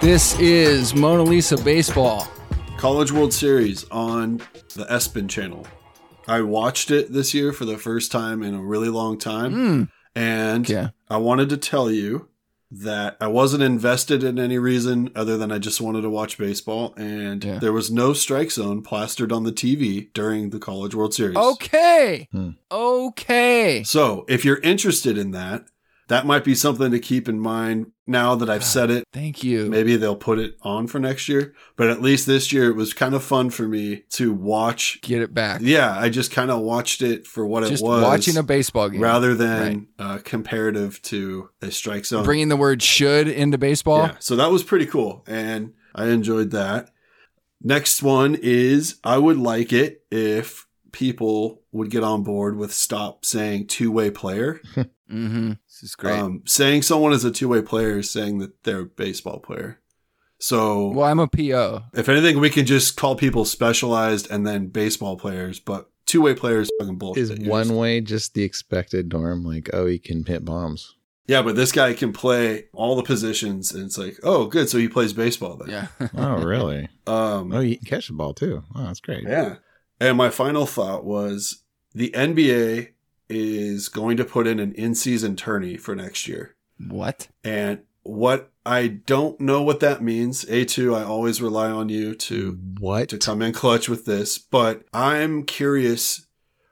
This is Mona Lisa Baseball. College World Series on the ESPN channel. I watched it this year for the first time in a really long time. And Hmm. Yeah. I wanted to tell you that I wasn't invested in any reason other than I just wanted to watch baseball. And Yeah. there was no strike zone plastered on the TV during the College World Series. Okay. Okay. So if you're interested in that, that might be something to keep in mind now that I've said it. Thank you. Maybe they'll put it on for next year. But at least this year, it was kind of fun for me to watch Get it back. Yeah, I just kind of watched it for what Just it was, watching a baseball game. rather than uh, comparative to a strike zone. Bringing the word should into baseball. yeah, so that was pretty cool, and I enjoyed that. Next one is I would like it if people would get on board with stop saying two way player. Mm-hmm. This is great. Um, saying someone is a two way player is saying that they're a baseball player. So Well, I'm a PO. if anything, we can just call people specialized and then baseball players, but two way players fucking bullshit. is You're one just- way just the expected norm? Like, oh, he can hit bombs. Yeah, but this guy can play all the positions, and it's like, oh, good, so he plays baseball then. Yeah. Oh, really? Um, oh, he can catch the ball too. Oh, that's great. yeah. And my final thought was the NBA is going to put in an in-season tourney for next year, What? and what I don't know what that means. A two, I always rely on you Hmm. to What? to come in clutch with this, but I'm curious.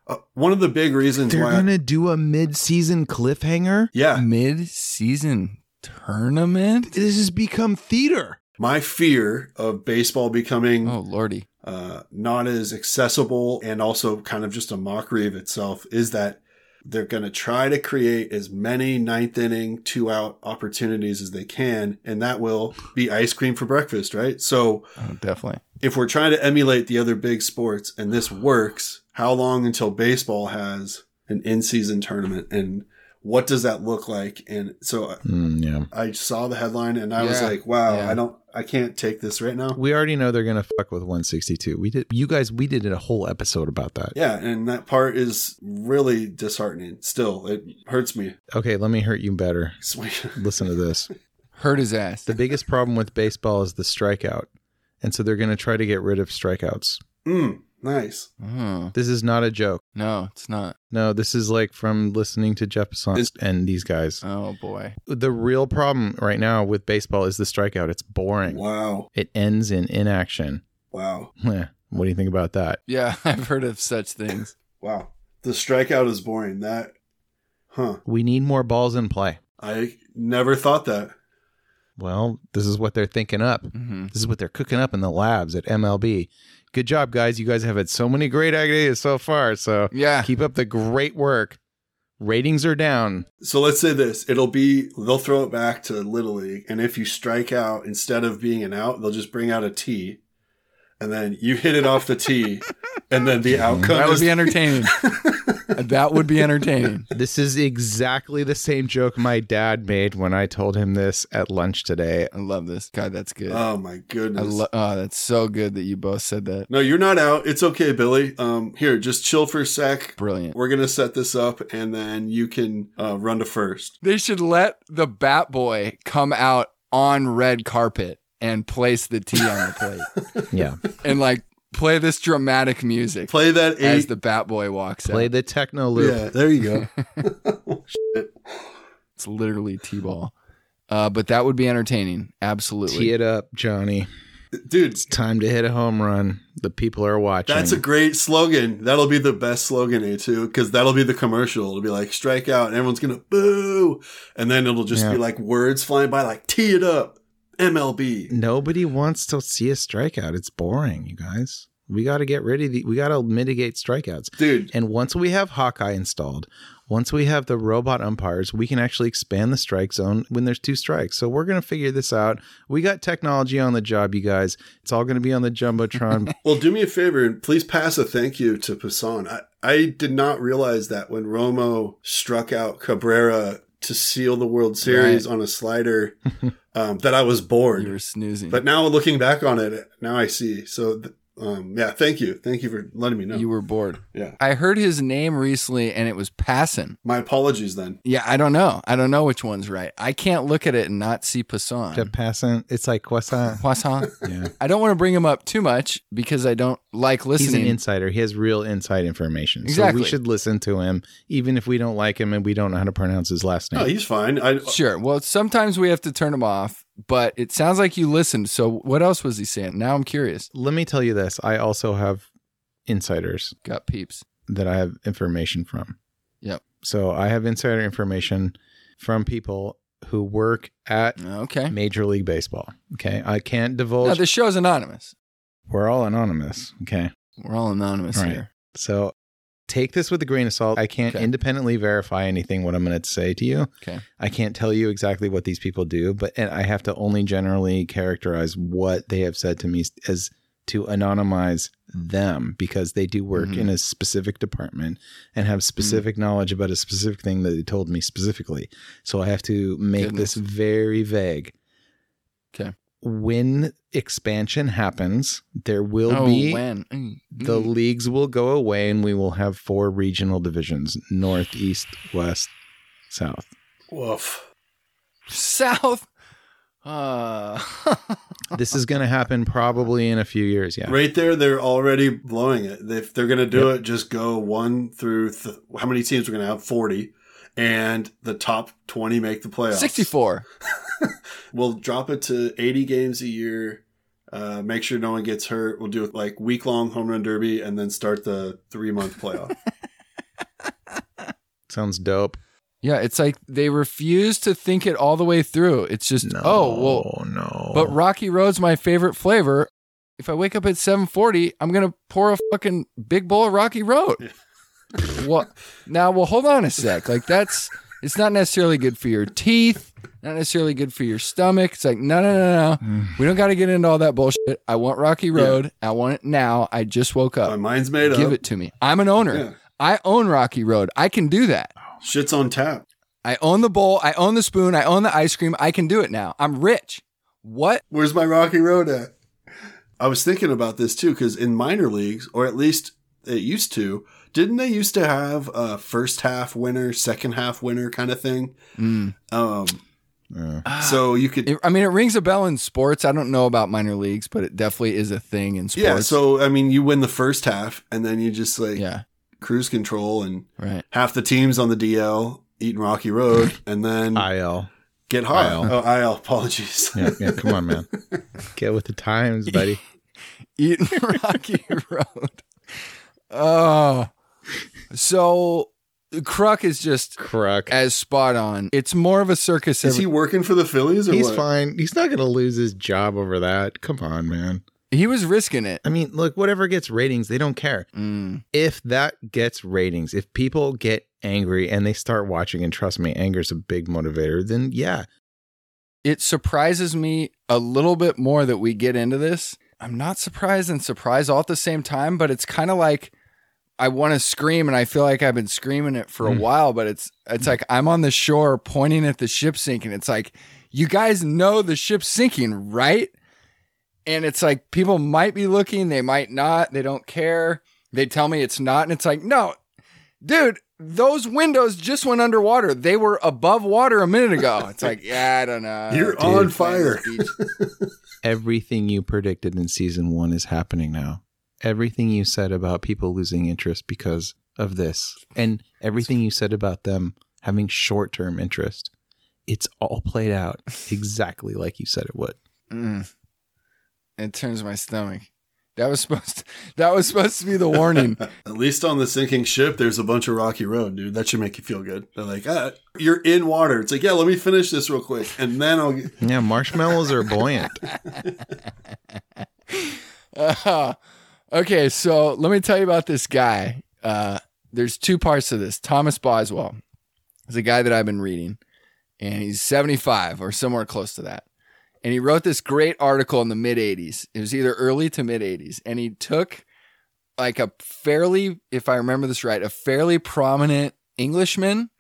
Uh, one of the big reasons They're why, gonna do a mid-season cliffhanger. yeah, Mid-season tournament? This has become theater. my fear of baseball becoming Oh lordy. uh, not as accessible and also kind of just a mockery of itself is that they're going to try to create as many ninth inning, two out opportunities as they can. And that will be ice cream for breakfast, right? So Oh, definitely. if we're trying to emulate the other big sports and this works, how long until baseball has an in season tournament? And what does that look like? And so Mm, yeah. I I saw the headline and I was Yeah. like, wow, Yeah. I don't, I can't take this right now. We already know they're gonna fuck with 162. We did. You guys, we did a whole episode about that. Yeah, and that part is really disheartening. Still, it hurts me. Okay, let me hurt you better. Sweet. Listen to this. Hurt his ass. the biggest problem with baseball is the strikeout, and so they're gonna try to get rid of strikeouts. Mm, nice. Oh, This is not a joke. no, it's not. No, this is like from listening to Jeff Passan It's- and these guys. Oh boy. The real problem right now with baseball is the strikeout. It's boring. Wow. It ends in inaction. Wow. Heh. What do you think about that? Yeah, I've heard of such things. Wow. The strikeout is boring. That, huh? We need more balls in play. I never thought that. Well, this is what they're thinking up. hmm This is what they're cooking up in the labs at MLB. Good job, guys. You guys have had so many great ideas so far. So Yeah. keep up the great work. Ratings are down. So let's say this. It'll be they'll throw it back to Little League, and if you strike out instead of being an out, they'll just bring out a T, and then you hit it off the T, and then the outcome That would is be entertaining. that would be entertaining. This is exactly the same joke my dad made when I told him this at lunch today. I love this. God, that's good. Oh my I goodness. lo- oh, that's so good that you both said that. no, you're not out. It's okay, Billy. Um, here, just chill for a sec. Brilliant. We're gonna set this up, and then you can uh, run to first. They should let the Bat Boy come out on red carpet and place the tea on the Yeah. plate and like play this dramatic music Play that as eight. the Bat Boy walks Play out. the techno loop. yeah, there you go. it's literally T-ball. Uh, but that would be entertaining. Absolutely. Tee it up, Johnny. Dude, It's time to hit a home run. The people are watching. that's a great slogan. That'll be the best slogan, A2, because that'll be the commercial. It'll be like, strike out, and everyone's going to boo. And then it'll just Yeah. be like words flying by, like, tee it up, MLB. Nobody wants to see a strikeout. It's boring, you guys. We got to get rid of the. We got to mitigate strikeouts. Dude, And once we have Hawkeye installed, once we have the robot umpires, we can actually expand the strike zone when there's two strikes. So we're going to figure this out. We got technology on the job, you guys. It's all going to be on the Jumbotron. well, do me a favor and please pass a thank you to Passan. I, I did not realize that when Romo struck out Cabrera to seal the World Series on a slider, um, that I was bored. you were snoozing. But now looking back on it, now I see. So th- um, yeah, thank you, thank you for letting me know. You were bored. yeah, I heard his name recently and it was Passon. my apologies then. Yeah, I don't know. I don't know which one's right. I can't look at it and not see To Passon. passant, it's like croissant. Poisson. Yeah. I don't want to bring him up too much because I don't like He's an listening. insider. He has real inside information. So Exactly. we should listen to him, even if we don't like him and we don't know how to pronounce his last name. No, he's fine. I sure. Well, sometimes we have to turn him off, but it sounds like you listened. So what else was he saying? Now I'm curious. Let me tell you this I also have insiders Got peeps. that I have information from. Yep. So I have insider information from people who work at Okay. Major League Baseball. Okay. I can't divulge. Now the show's anonymous. We're all anonymous. Okay. We're all anonymous Right. here. So take this with a grain of salt. I can't Okay. independently verify anything what I'm going to say to you. Okay. I can't tell you exactly what these people do, but and I have to only generally characterize what they have said to me as to anonymize them because they do work Mhm. in a specific department and have Mm-hmm. specific knowledge about a specific thing that they told me specifically. So I have to make Goodness. this very vague. Okay. When expansion happens, there will oh, be when? Mm, the mm. leagues will go away and we will have four regional divisions north east west south woof. South. Uh, this is going to happen probably in a few years yeah Right there, they're already blowing it. If they're gonna do it, just go one through th- how many teams we're gonna have forty, and the top twenty make the playoffs. 64. We'll drop it to 80 games a year. Uh, make sure no one gets hurt. We'll do it like week long home run derby and then start the three month playoff. sounds dope Yeah, it's like they refuse to think it all the way through. It's just, oh, well, no But Rocky Road's my favorite flavor. If I wake up at 7:40, I'm gonna pour a fucking big bowl of Rocky Road. well, now, well, hold on a sec. Like that's it's not necessarily good for your teeth, not necessarily good for your stomach. It's like no, no, no, no. Mm, we don't got to get into all that bullshit. I want Rocky Road. I want it now. I just woke My up. mind's made Uh, Give up. it to me. I'm an owner. Yeah. I own Rocky Road. I can do that. Shit's on tap. I own the bowl. I own the spoon. I own the ice cream. I can do it now. I'm rich. What? Where's my Rocky Road at? I was thinking about this too, because in minor leagues, or at least it used to, didn't they used to have a first half winner, second half winner kind of thing? Mm. Um, Uh, so you could Ah, It, I mean, it rings a bell in sports. I don't know about minor leagues, but it definitely is a thing in sports. Yeah, so I mean, you win the first half, and then you just like yeah, cruise control, and right. half the team's on the DL eating Rocky Road, and then il get high. IL. Oh, IL. Apologies. yeah, yeah come on man get with the times buddy Eating Rocky Road. Oh, so Kruk is just Crook. as spot on. It's more of a circus. Is he Every- working for the Phillies or he's what? fine he's not going to lose his job over that come on man he-, was risking it. i mean look whatever gets ratings they don't care Mm. if that gets ratings, if people get angry and they start watching, and trust me, anger is a big motivator, then yeah, It surprises me a little bit more that we get into this. I'm not surprised and surprised all at the same time, but it's kind of like I want to scream and I feel like I've been screaming it for a Mm. while, but it's it's like I'm on the shore pointing at the ship sinking. It's like you guys know the ship's sinking, right? And it's like people might be looking, they might not, they don't care. They tell me it's not and it's like, "No. Dude, those windows just went underwater. They were above water a minute ago." It's like, "Yeah, I don't know." You're Dude, playing on fire. this beach everything you predicted in season one is happening now. Everything you said about people losing interest because of this, and everything you said about them having short term interest, it's all played out exactly like you said it would. Mm. It turns my stomach. That was supposed to, that was supposed to be the warning. At least on the sinking ship, there's a bunch of rocky road, dude. That should make you feel good. They're like, ah, you're in water. It's like, yeah, let me finish this real quick, and then I'll. Get... Yeah, marshmallows are buoyant. Uh, okay, so let me tell you about this guy. Uh, there's two parts to this. Thomas Boswell is a guy that I've been reading, and he's 75 or somewhere close to that. And he wrote this great article in the mid 80s. It was either early to mid 80s, and he took like a fairly, if I remember this right, a fairly prominent Englishman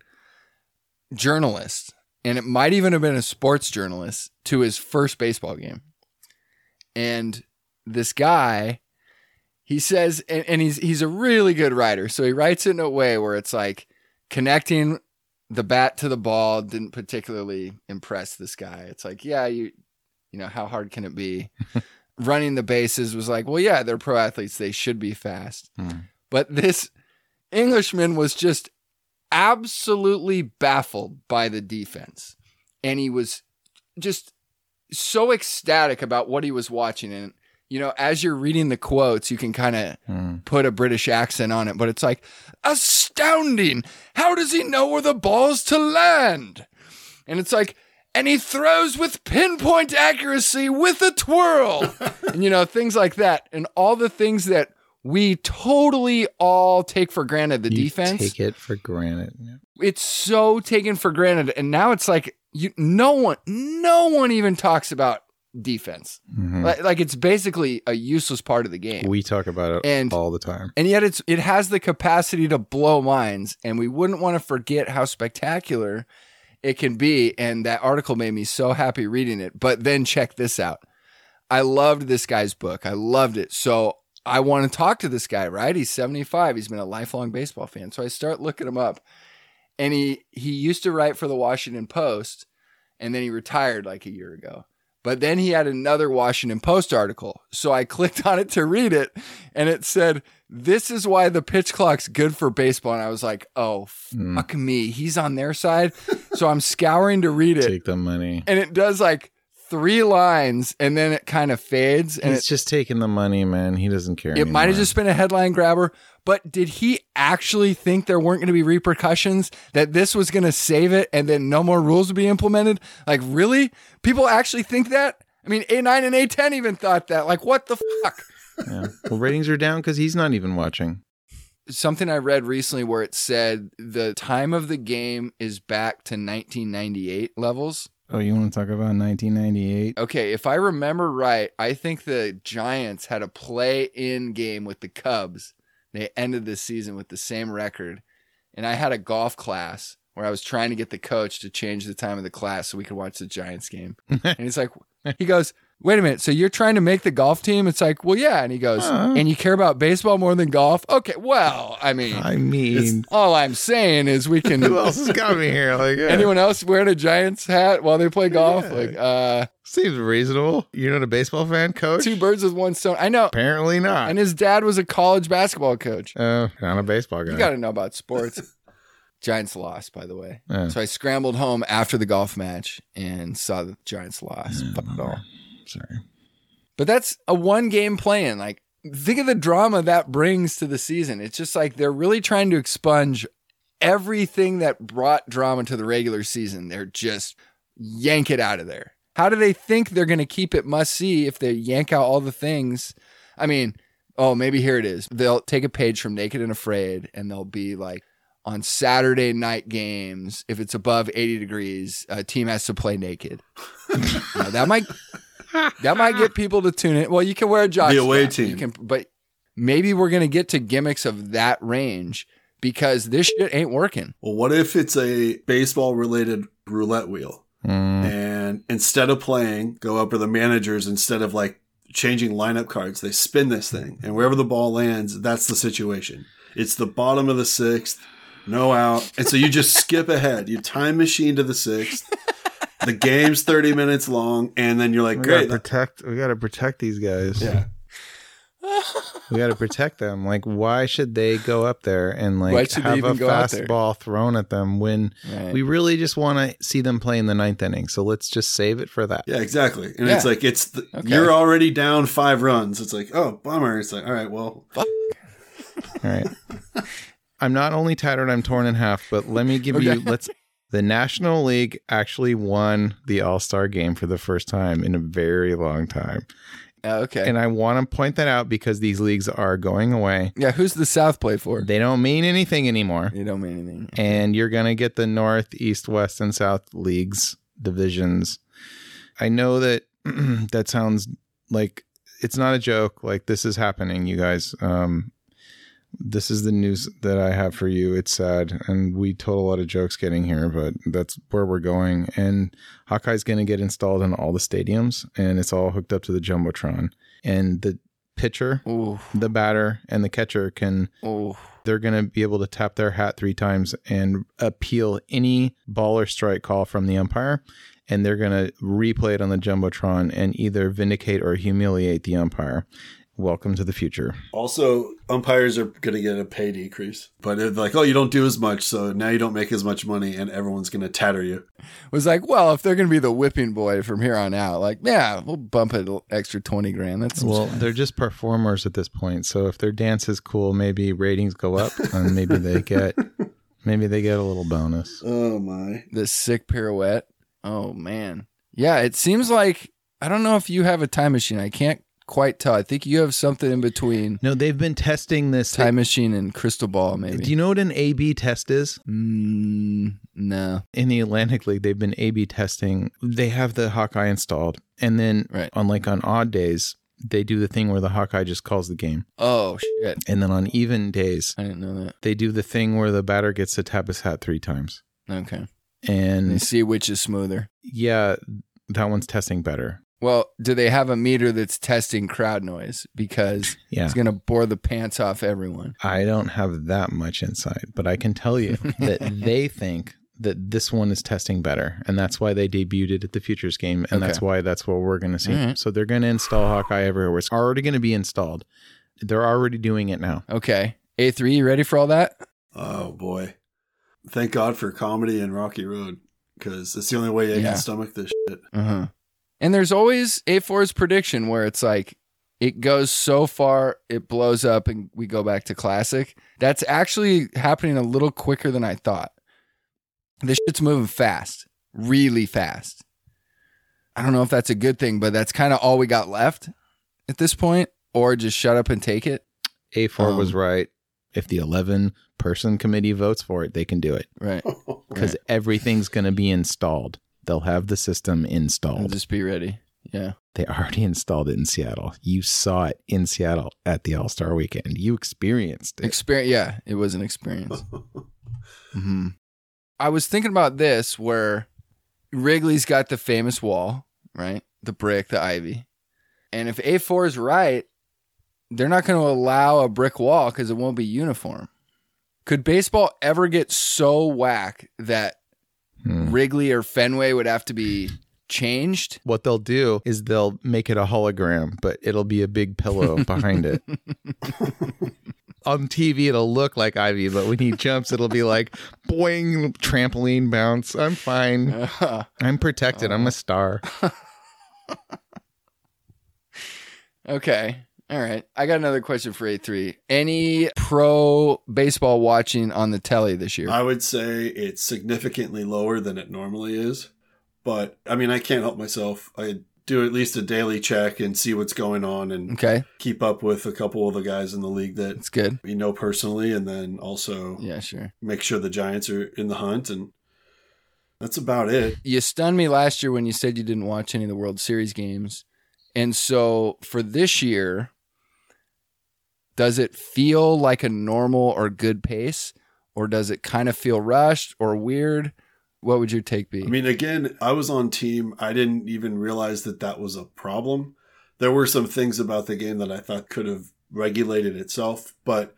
journalist, and it might even have been a sports journalist, to his first baseball game. And this guy He says, and, and he's he's a really good writer. So he writes it in a way where it's like connecting the bat to the ball didn't particularly impress this guy. It's like, yeah, you you know, how hard can it be? Running the bases was like, well, yeah, they're pro athletes. They should be fast. Hmm. But this Englishman was just absolutely baffled by the defense. And he was just so ecstatic about what he was watching. And, you know, as you're reading the quotes, you can kind of Hmm. put a British accent on it, but it's like astounding. How does he know where the ball's to land? And it's like, and he throws with pinpoint accuracy with a twirl, and you know things like that, and all the things that we totally all take for granted. The You defense, Take it for granted. Yeah. it's so taken for granted, and now it's like you, no one, no one even talks about defense. Mhm. Like, like it's basically a useless part of the game. We talk about it And- all the time. And yet it's it has the capacity to blow minds and we wouldn't want to forget how spectacular it can be and that article made me so happy reading it. But then check this out. I loved this guy's book. I loved it. So I want to talk to this guy, right? He's 75. He's been a lifelong baseball fan. So I start looking him up. And he he used to write for the Washington Post and then he retired like a year ago. But then he had another Washington Post article. So I clicked on it to read it and it said, "This is why the pitch clock's good for baseball." And I was like, "Oh, Hmm. fuck me. He's on their side." so I'm scouring to read it Take the money. and it does like three lines and then it kind of fades and He's it, just taking the money, man. He doesn't care. it might have anymore. just been a headline grabber but did he actually think there weren't going to be repercussions that this was going to save it and then no more rules would be implemented like really people actually think that i mean a9 and a10 even thought that like what the fuck Yeah. Well, ratings are down because he's not even watching. something i read recently where it said the time of the game is back to 1998 levels Oh, you want to talk about 1998? Okay, if I remember right, I think the Giants had a play in game with the Cubs. They ended the season with the same record. And I had a golf class where I was trying to get the coach to change the time of the class so we could watch the Giants game. and he's like, he goes, wait a minute. So you're trying to make the golf team? It's like, well, yeah. And he goes, Huh. and you care about baseball more than golf? Okay, well, I mean, I mean, all I'm saying is we can. who else has got me here? Like, yeah. Anyone else wearing a Giants hat while they play golf? Yeah. Like, uh, seems reasonable. You're not a baseball fan, coach? two birds with one stone. I know. Apparently not. And his dad was a college basketball coach. uh, not a baseball guy. You got to know about sports. Giants lost, by the way. Yeah. So I scrambled home after the golf match and saw the Giants lost. Yeah, Fuck it all. Sorry. But that's a one game plan. Like, think of the drama that brings to the season. It's just like they're really trying to expunge everything that brought drama to the regular season. They're just yank it out of there. How do they think they're going to keep it must see if they yank out all the things? I mean, oh, maybe here it is. They'll take a page from Naked and Afraid and they'll be like, on Saturday night games, if it's above 80 degrees, a team has to play naked. You know, that might that might get people to tune in. Well, you can wear a jock The away strap. You team. can- but maybe we're going to get to gimmicks of that range because this shit ain't working. Well, what if it's a baseball related roulette wheel? Mm. And instead of playing, go up to the managers instead of like changing lineup cards, they spin this thing. And wherever the ball lands, that's the situation. It's the bottom of the sixth, no out. And so you just skip ahead. You time machine to the sixth. The game's 30 minutes long. And then you're like, We great. gotta protect. We gotta protect these guys. yeah. we gotta protect them. Like, why should they go up there and Why like should they have a even go out there? fastball thrown at them when Right. we really just want to see them play in the ninth inning? So let's just save it for that. Yeah, exactly. And it's Yeah. like, it's the, Okay. you're already down five runs. It's like, oh, bummer. It's like, all right, well, All right. I'm not only tattered, I'm torn in half, but let me give you Okay. let's the National League actually won the All-Star game for the first time in a very long time. Oh, okay. And I want to point that out because these leagues are going away. yeah, who's the South play for? They don't mean anything anymore. You don't mean anything. And you're going to get the North, East, West, and South leagues divisions. I know that that sounds like it's not a joke. Like this is happening, you guys. Um, this is the news that I have for you. It's sad, and we told a lot of jokes getting here, but that's where we're going. And Hawkeye's going to get installed in all the stadiums, and it's all hooked up to the jumbotron. And the pitcher, Ooh, the batter, and the catcher can ooh. they're going to be able to tap their hat three times and appeal any ball or strike call from the umpire. And they're going to replay it on the Jumbotron and either vindicate or humiliate the umpire. Welcome to the future. Also, umpires are going to get a pay decrease, but it's like, oh, you don't do as much, so now you don't make as much money, and everyone's going to tatter you. Was like, well, if they're gonna be the whipping boy from here on out, like, yeah, we'll bump it an extra twenty grand. That's Well, they're just performers at this point. So if their dance is cool, maybe ratings go up and maybe they get maybe they get a little bonus. Oh my! the sick pirouette. Oh man. Yeah, it seems like I don't know if you have a time machine. I can't quite tell. I think you have something in between No, they've been testing this. time machine and crystal ball, maybe. Do you know what an A/B test is? mm, no. in the Atlantic League, they've been A/B testing. They have the Hawkeye installed, and then Right. on like on odd days, they do the thing where the Hawkeye just calls the game, Oh shit. and then on even days, I didn't know that. they do the thing where the batter gets to tap his hat three times. Okay. And And see which is smoother. yeah, that one's testing better. Well, do they have a meter that's testing crowd noise? Because Yeah. it's gonna bore the pants off everyone. I don't have that much insight, but I can tell you that they think that this one is testing better, and that's why they debuted it at the Futures game, and Okay. that's why that's what we're going to see. All right. So they're going to install Hawkeye everywhere. It's already going to be installed. They're already doing it now. Okay. A three, you ready for all that? Oh boy! Thank God for comedy and Rocky Road because it's the only way I Yeah. can stomach this shit. Uh-huh. And there's always A4's prediction where it's like it goes so far it blows up and we go back to classic. That's actually happening a little quicker than I thought. This shit's moving fast, really fast. I don't know if that's a good thing, but that's kind of all we got left at this point or just shut up and take it. A4 Um, was right. If the 11 person committee votes for it, they can do it Oh. Right. because everything's going to be installed. They'll have the system I'll installed. just be ready. Yeah. They already installed it in Seattle. You saw it in Seattle at the All Star weekend. You experienced it. Experience. Yeah, it was an experience. hmm I was thinking about this where Wrigley's got the famous wall, right? The brick, the ivy. And if A4 is right, they're not going to allow a brick wall because it won't be uniform. Could baseball ever get so whack that Hmm. Wrigley or Fenway would have to be changed? What they'll do is they'll make it a hologram, but it'll be a big pillow behind it. On TV, it'll look like Ivy, but when he jumps, it'll be like boing, trampoline bounce. I'm fine. I'm protected. I'm a star. Okay. All right. I got another question for A3. Any pro baseball watching on the telly this year? I would say it's significantly lower than it normally is. But I mean, I can't help myself. I do at least a daily check and see what's going on and okay. keep up with a couple of the guys in the league that That's good. we know personally and then also Yeah, sure. make sure the Giants are in the hunt. And that's about it. you stunned me last year when you said you didn't watch any of the World Series games. And so for this year, does it feel like a normal or good pace? Or does it kind of feel rushed or weird? What would your take be? I mean, again, I was on team. I didn't even realize that that was a problem. There were some things about the game that I thought could have regulated itself, but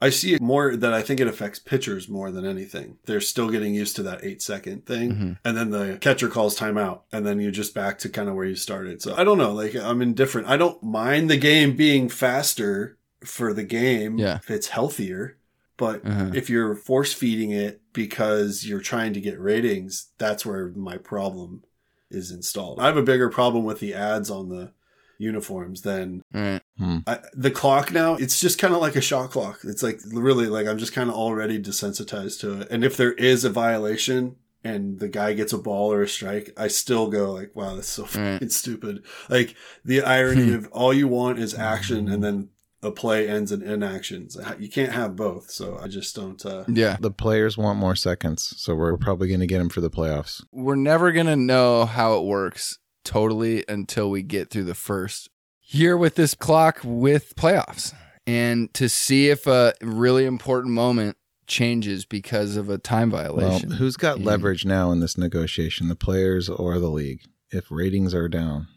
I see it more that I think it affects pitchers more than anything. They're still getting used to that eight second thing. Mhm. And then the catcher calls timeout, and then you're just back to kind of where you started. So I don't know. Like, I'm indifferent. I don't mind the game being faster for the game Yeah. if it's healthier, but Uh-huh. if you're force feeding it because you're trying to get ratings, that's where my problem is installed. I have a bigger problem with the ads on the uniforms than All right. I, the clock now. It's just kind of like a shot clock. It's like really like I'm just kind of already desensitized to it. And if there is a violation and the guy gets a ball or a strike, I still go like, wow, that's so Right. fucking stupid. Like the irony Hmm. of all you want is action and then a play ends in inaction. So You can't have both. So I just don't. Uh, Yeah. The players want more seconds, so we're probably going to get them for the playoffs. We're never going to know how it works totally until we get through the first year with this clock with playoffs and to see if a really important moment changes because of a time Well, violation. who's got Yeah. leverage now in this negotiation, the players or the league? If ratings are down,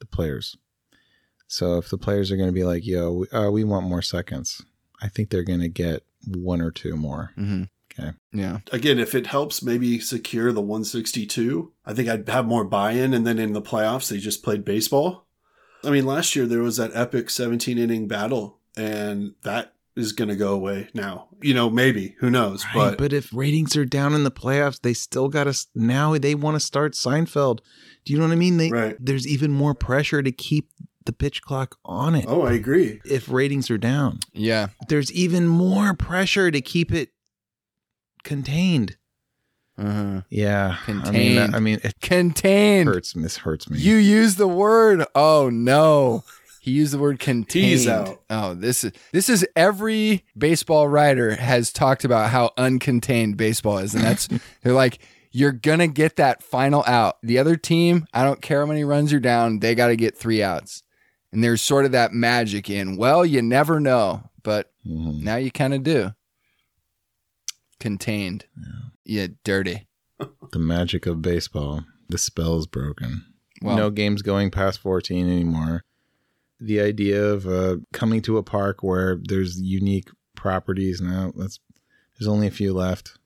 the players. So if the players are going to be like, "Yo, we, uh, we want more seconds," I think they're going to get one or two more. Mm-hmm. Okay. Yeah. Again, if it helps maybe secure the 162, I think I'd have more buy in. And then in the playoffs, they just played baseball. I mean, last year there was that epic 17 inning battle, and that is going to go away now. You know, maybe, who knows? Right, but but if ratings are down in the playoffs, they still got to now they want to start Seinfeld. Do you know what I mean? They, Right. There's even more pressure to keep the pitch clock on it. oh, I agree. If ratings are down, Yeah. there's even more pressure to keep it contained. Uh-huh. Yeah, I mean, Contained. I mean, it Contained. hurts. This hurts me. You use the word. Oh no. He used the word contained. out. Oh, this is this is every baseball writer has talked about how uncontained baseball is, and that's they're like you're gonna get that final out. The other team, I don't care how many runs you're down, they got to get three outs, and there's sort of that magic in. Well, you never know, but Mhm. now you kind of do. Contained. Yeah, dirty. The magic of baseball. The spell's broken. Well, no games going past 14 anymore. The idea of uh, coming to a park where there's unique properties now, that's there's only a few left.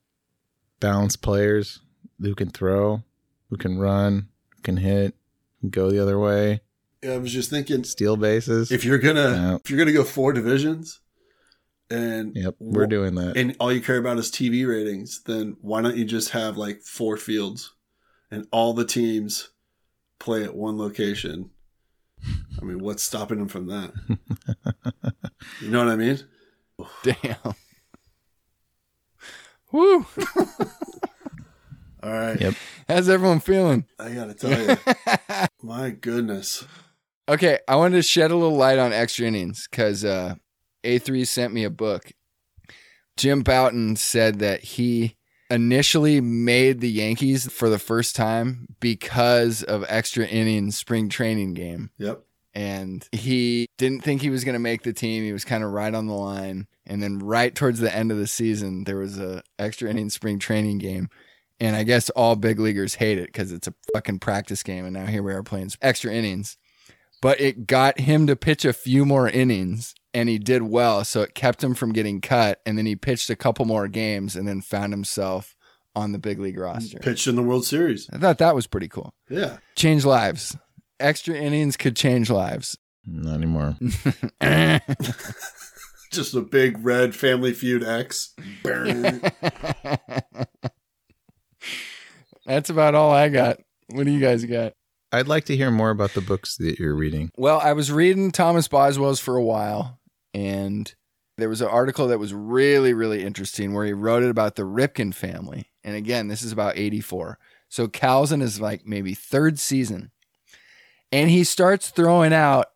Balanced players who can throw, who can run, who can hit, who can go the other way, I was just thinking steal bases. if you're going to Yeah. if you're going to go four divisions and yep, we're doing that. and all you care about is TV ratings, then why don't you just have like four fields and all the teams play at one location? I mean, what's stopping them from that? you know what I mean? damn. Woo. All right. Yep. How's everyone feeling? I got to tell you, my goodness. Okay, I wanted to shed a little light on extra innings because uh, A3 sent me a book. Jim Bouton said that he initially made the Yankees for the first time because of extra innings spring training game. Yep. and he didn't think he was going to make the team. He was kind of right on the line, and then right towards the end of the season, there was a extra inning spring training game, and I guess all big leaguers hate it because it's a fucking practice game, and now here we are playing extra innings. But it got him to pitch a few more innings, and he did well, so it kept him from getting cut. And then he pitched a couple more games, and then found himself on the big league roster. Pitched in the World Series. I thought that was pretty cool. Yeah. Change lives. Extra innings could change lives. Not anymore. Just a big red family feud X. Burn. That's about all I got. What do you guys got? I'd like to hear more about the books that you're reading. Well, I was reading Thomas Boswell's for a while, and there was an article that was really, really interesting where he wrote it about the Ripken family. And again, this is about 84. So Calzin is like maybe third season. And he starts throwing out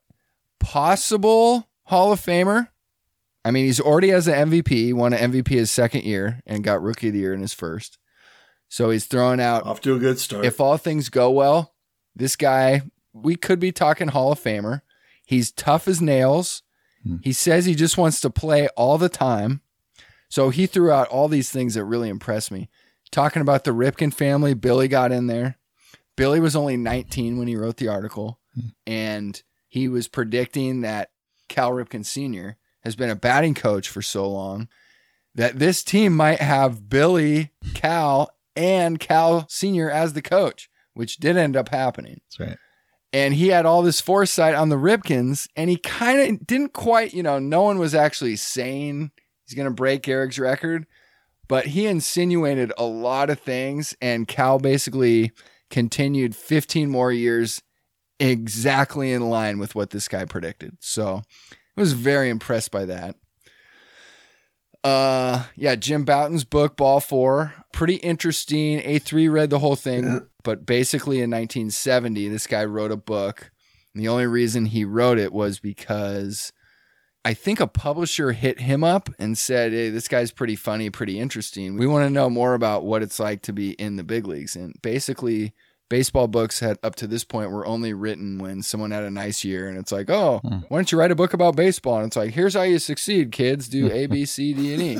possible Hall of Famer. I mean, he's already has an MVP, He won an MVP his second year and got rookie of the year in his first. So he's throwing out Off to a good start. if all things go well, this guy, we could be talking Hall of Famer. He's tough as nails. Hmm. He says he just wants to play all the time. So he threw out all these things that really impressed me. Talking about the Ripken family, Billy got in there. Billy was only 19 when he wrote the article, and he was predicting that Cal Ripken Sr. has been a batting coach for so long that this team might have Billy, Cal, and Cal Sr. as the coach, which did end up happening. That's right. And he had all this foresight on the Ripkins, and he kind of didn't quite, you know, no one was actually saying he's going to break Eric's record, but he insinuated a lot of things, and Cal basically continued 15 more years exactly in line with what this guy predicted. So I was very impressed by that. Uh, yeah, Jim Bouton's book, Ball Four, pretty interesting. A3 read the whole thing, Yeah. but basically in 1970, this guy wrote a book. And the only reason he wrote it was because I think a publisher hit him up and said, Hey, this guy's pretty funny, pretty interesting. We want to know more about what it's like to be in the big leagues. And basically, baseball books had up to this point were only written when someone had a nice year and it's like, oh, Hmm. why don't you write a book about baseball? And it's like, here's how you succeed, kids. Do A, B, C, D, and E.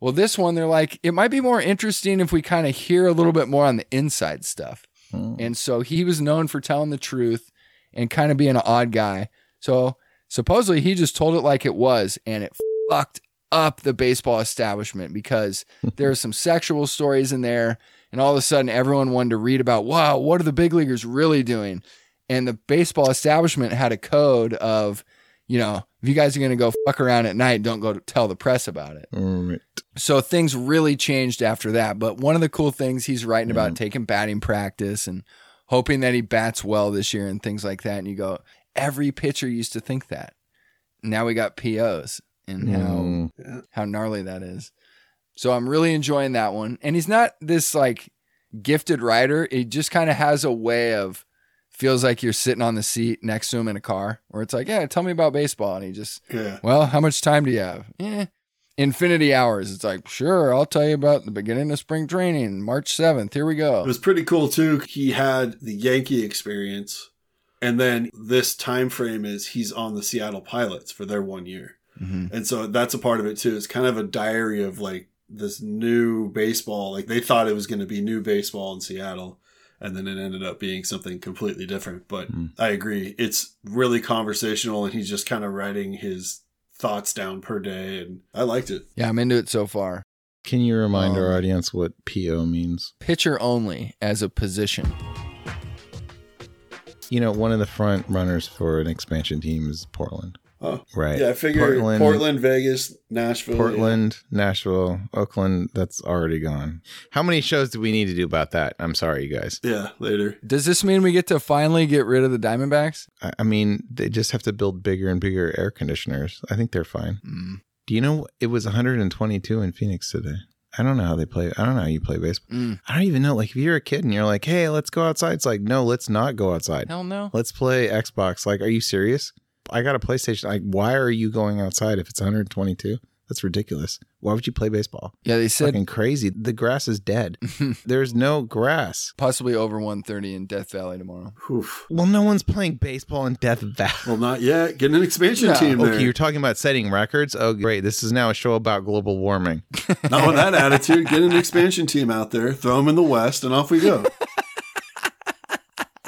Well, this one, they're like, it might be more interesting if we kind of hear a little bit more on the inside stuff. Mm. And so he was known for telling the truth and kind of being an odd guy. So supposedly he just told it like it was, and it fucked up the baseball establishment because there are some sexual stories in there, and all of a sudden everyone wanted to read about wow, what are the big leaguers really doing? And the baseball establishment had a code of, you know, if you guys are going to go fuck around at night, don't go tell the press about it. All right. So things really changed after that. But one of the cool things he's writing Yeah. about taking batting practice and hoping that he bats well this year and things like that. And you go, every pitcher used to think that. Now we got POs and how Mm. how gnarly that is. So I'm really enjoying that one. And he's not this like gifted writer. He just kind of has a way of feels like you're sitting on the seat next to him in a car where it's like, yeah, tell me about baseball. And he just Yeah. well, how much time do you have? Eh, infinity hours. It's like, sure, I'll tell you about the beginning of spring training, March 7th. Here we It go. was pretty cool too. He had the Yankee experience, and then this time frame is he's on the Seattle Pilots for their one year. Mhm. And so that's a part of it too. It's kind of a diary of like this new baseball. Like they thought it was going to be new baseball in Seattle, and then it ended up being something completely different. But Mm. I agree. It's really conversational, and he's just kind of writing his thoughts down per day. And I liked it. Yeah, I'm into it so far. Can you remind our Um, audience what PO means? Pitcher only as a position. You know, one of the front runners for an expansion team is Portland. Oh. Right. Yeah, I figure Portland- Portland, Vegas, Nashville. Portland, Nashville, Oakland, that's already gone. How many shows do we need to do about that? I'm sorry, you guys. Yeah, Yeah, later. Does this mean we get to finally get rid of the Diamondbacks? I, I mean, they just have to build bigger and bigger air conditioners. I think they're fine. Mm. Do you know it was 122 in Phoenix today? I don't know how they play. I don't know how you play baseball. Mm. I don't even know. Like, if you're a kid and you're like, hey, let's go outside, it's like, no, let's not go outside. Hell no. Let's play Xbox. Like, are you serious? I got a PlayStation. Like, why are you going outside if it's 122? That's ridiculous. Why would you play baseball? Yeah, they said Fucking crazy. The grass is dead. There's no grass. possibly over 130 in Death Valley tomorrow. Oof. Well, no one's playing baseball in Death Valley. Well, not yet. Getting an expansion No. team there. Okay, you're talking about setting records. Oh, great. This is now a show about global warming. Not with that attitude. Get an expansion team out there. Throw them in the West, and off we go.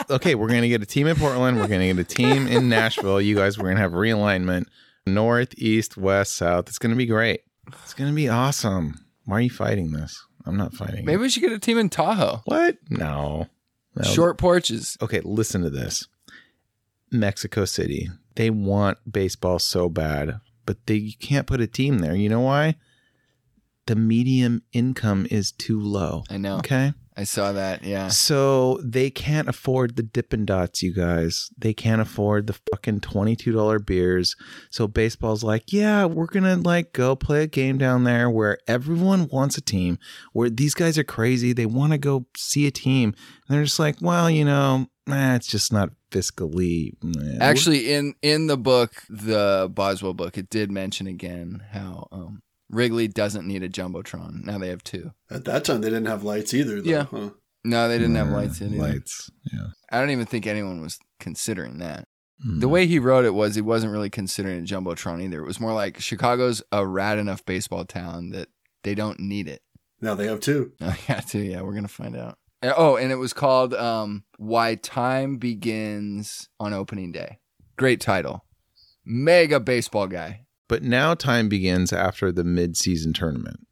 Okay, we're going to get a team in Portland. We're going to get a team in Nashville. You guys, we're going to have realignment north, east, west, south. It's going to be great. It's going to be awesome. Why are you fighting this? I'm not fighting. it. Maybe we should get a team in Tahoe. What? No. No. Short porches. Okay, listen to this. Mexico City. They want baseball so bad, but they you can't put a team there. You know why? The medium income is too low. I know. Okay. I saw that. Yeah. So they can't afford the Dippin' Dots, you guys. They can't afford the fucking $22 beers. So baseball's like, yeah, we're going to like go play a game down there where everyone wants a team, where these guys are crazy. They want to go see a team. And they're just like, well, you know, eh, it's just not fiscally. eh." Actually, in in the book, the Boswell book, it did mention again how um, Wrigley doesn't need a jumbotron. Now they have two. At that time, they didn't have lights either. Though, Yeah. huh? No, they didn't have Nah, lights in it. Lights. Yeah. I don't even think anyone was considering that. Mm. The way he wrote it was he wasn't really considering a jumbotron either. It was more like Chicago's a rad enough baseball town that they don't need it. Now they have two. Oh yeah, too. Yeah, we're gonna find out. And- Oh, and it was called um, "Why Time Begins on Opening Day." Great title. Mega baseball guy. But now time begins after the mid-season tournament.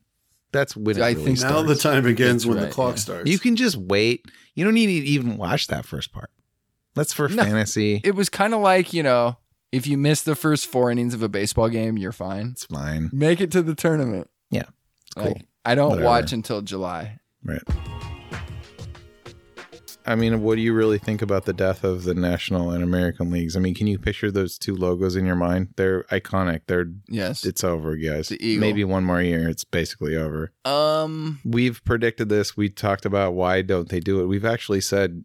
That's when it I really think- Now starts. the time begins That's when right, the clock yeah. starts. You can just wait. You don't need to even watch that first part. That's for No. fantasy. It was kind of like you know, if you miss the first four innings of a baseball game, you're fine. It's fine. Make it to the tournament. Yeah, it's cool. Like, I don't Whatever. watch until July. Right. I mean, what do you really think about the death of the National and American Leagues? I mean, can you picture those two logos in your mind? They're iconic. They're Yes. it's over, guys. The eagle. Maybe one more year, it's basically over. Um. We've predicted this. We talked about why don't they do it. We've actually said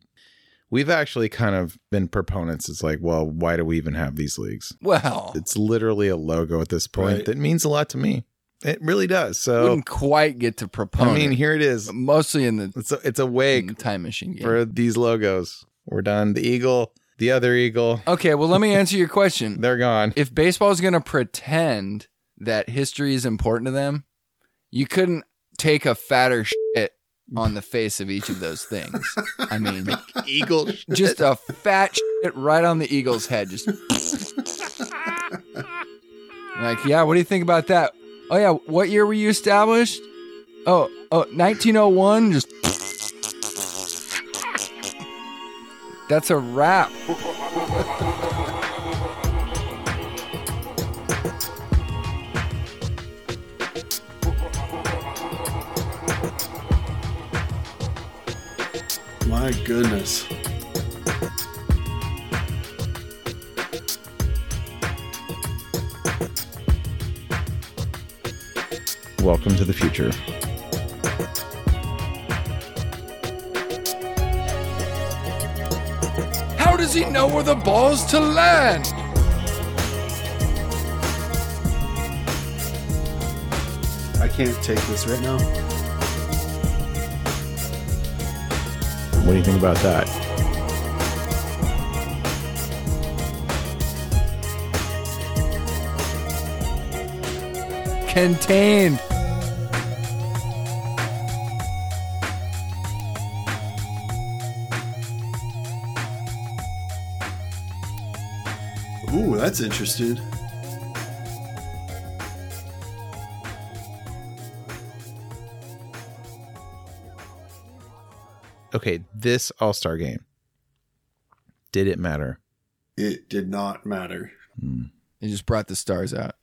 we've actually kind of been proponents. It's like, well, why do we even have these leagues? Well, It's literally a logo at this point Right. that means a lot to me. It really does. So wouldn't quite get to I proponent. mean, here it is. mostly in the, It's a, it's a in the wake time machine game. for these logos. We're done. The eagle, the other eagle, Okay. Well, let me answer your question. they're gone. if baseball's going to pretend that history is important to them, you couldn't take a fatter shit on the face of each of those things. I mean, Eagle. just a fat shit right on the Eagles' head. Just Like, yeah, what do you think about that? Oh yeah, what year were you established? Oh, oh, 1901. Just that's a wrap. My goodness. Welcome to the future. How does he know where the ball's to land? I can't take this right now. What do you think about that? Contained. Ooh, that's interesting. Okay, this All Star game. Did it matter? It did not matter. Hmm. They just brought the stars out.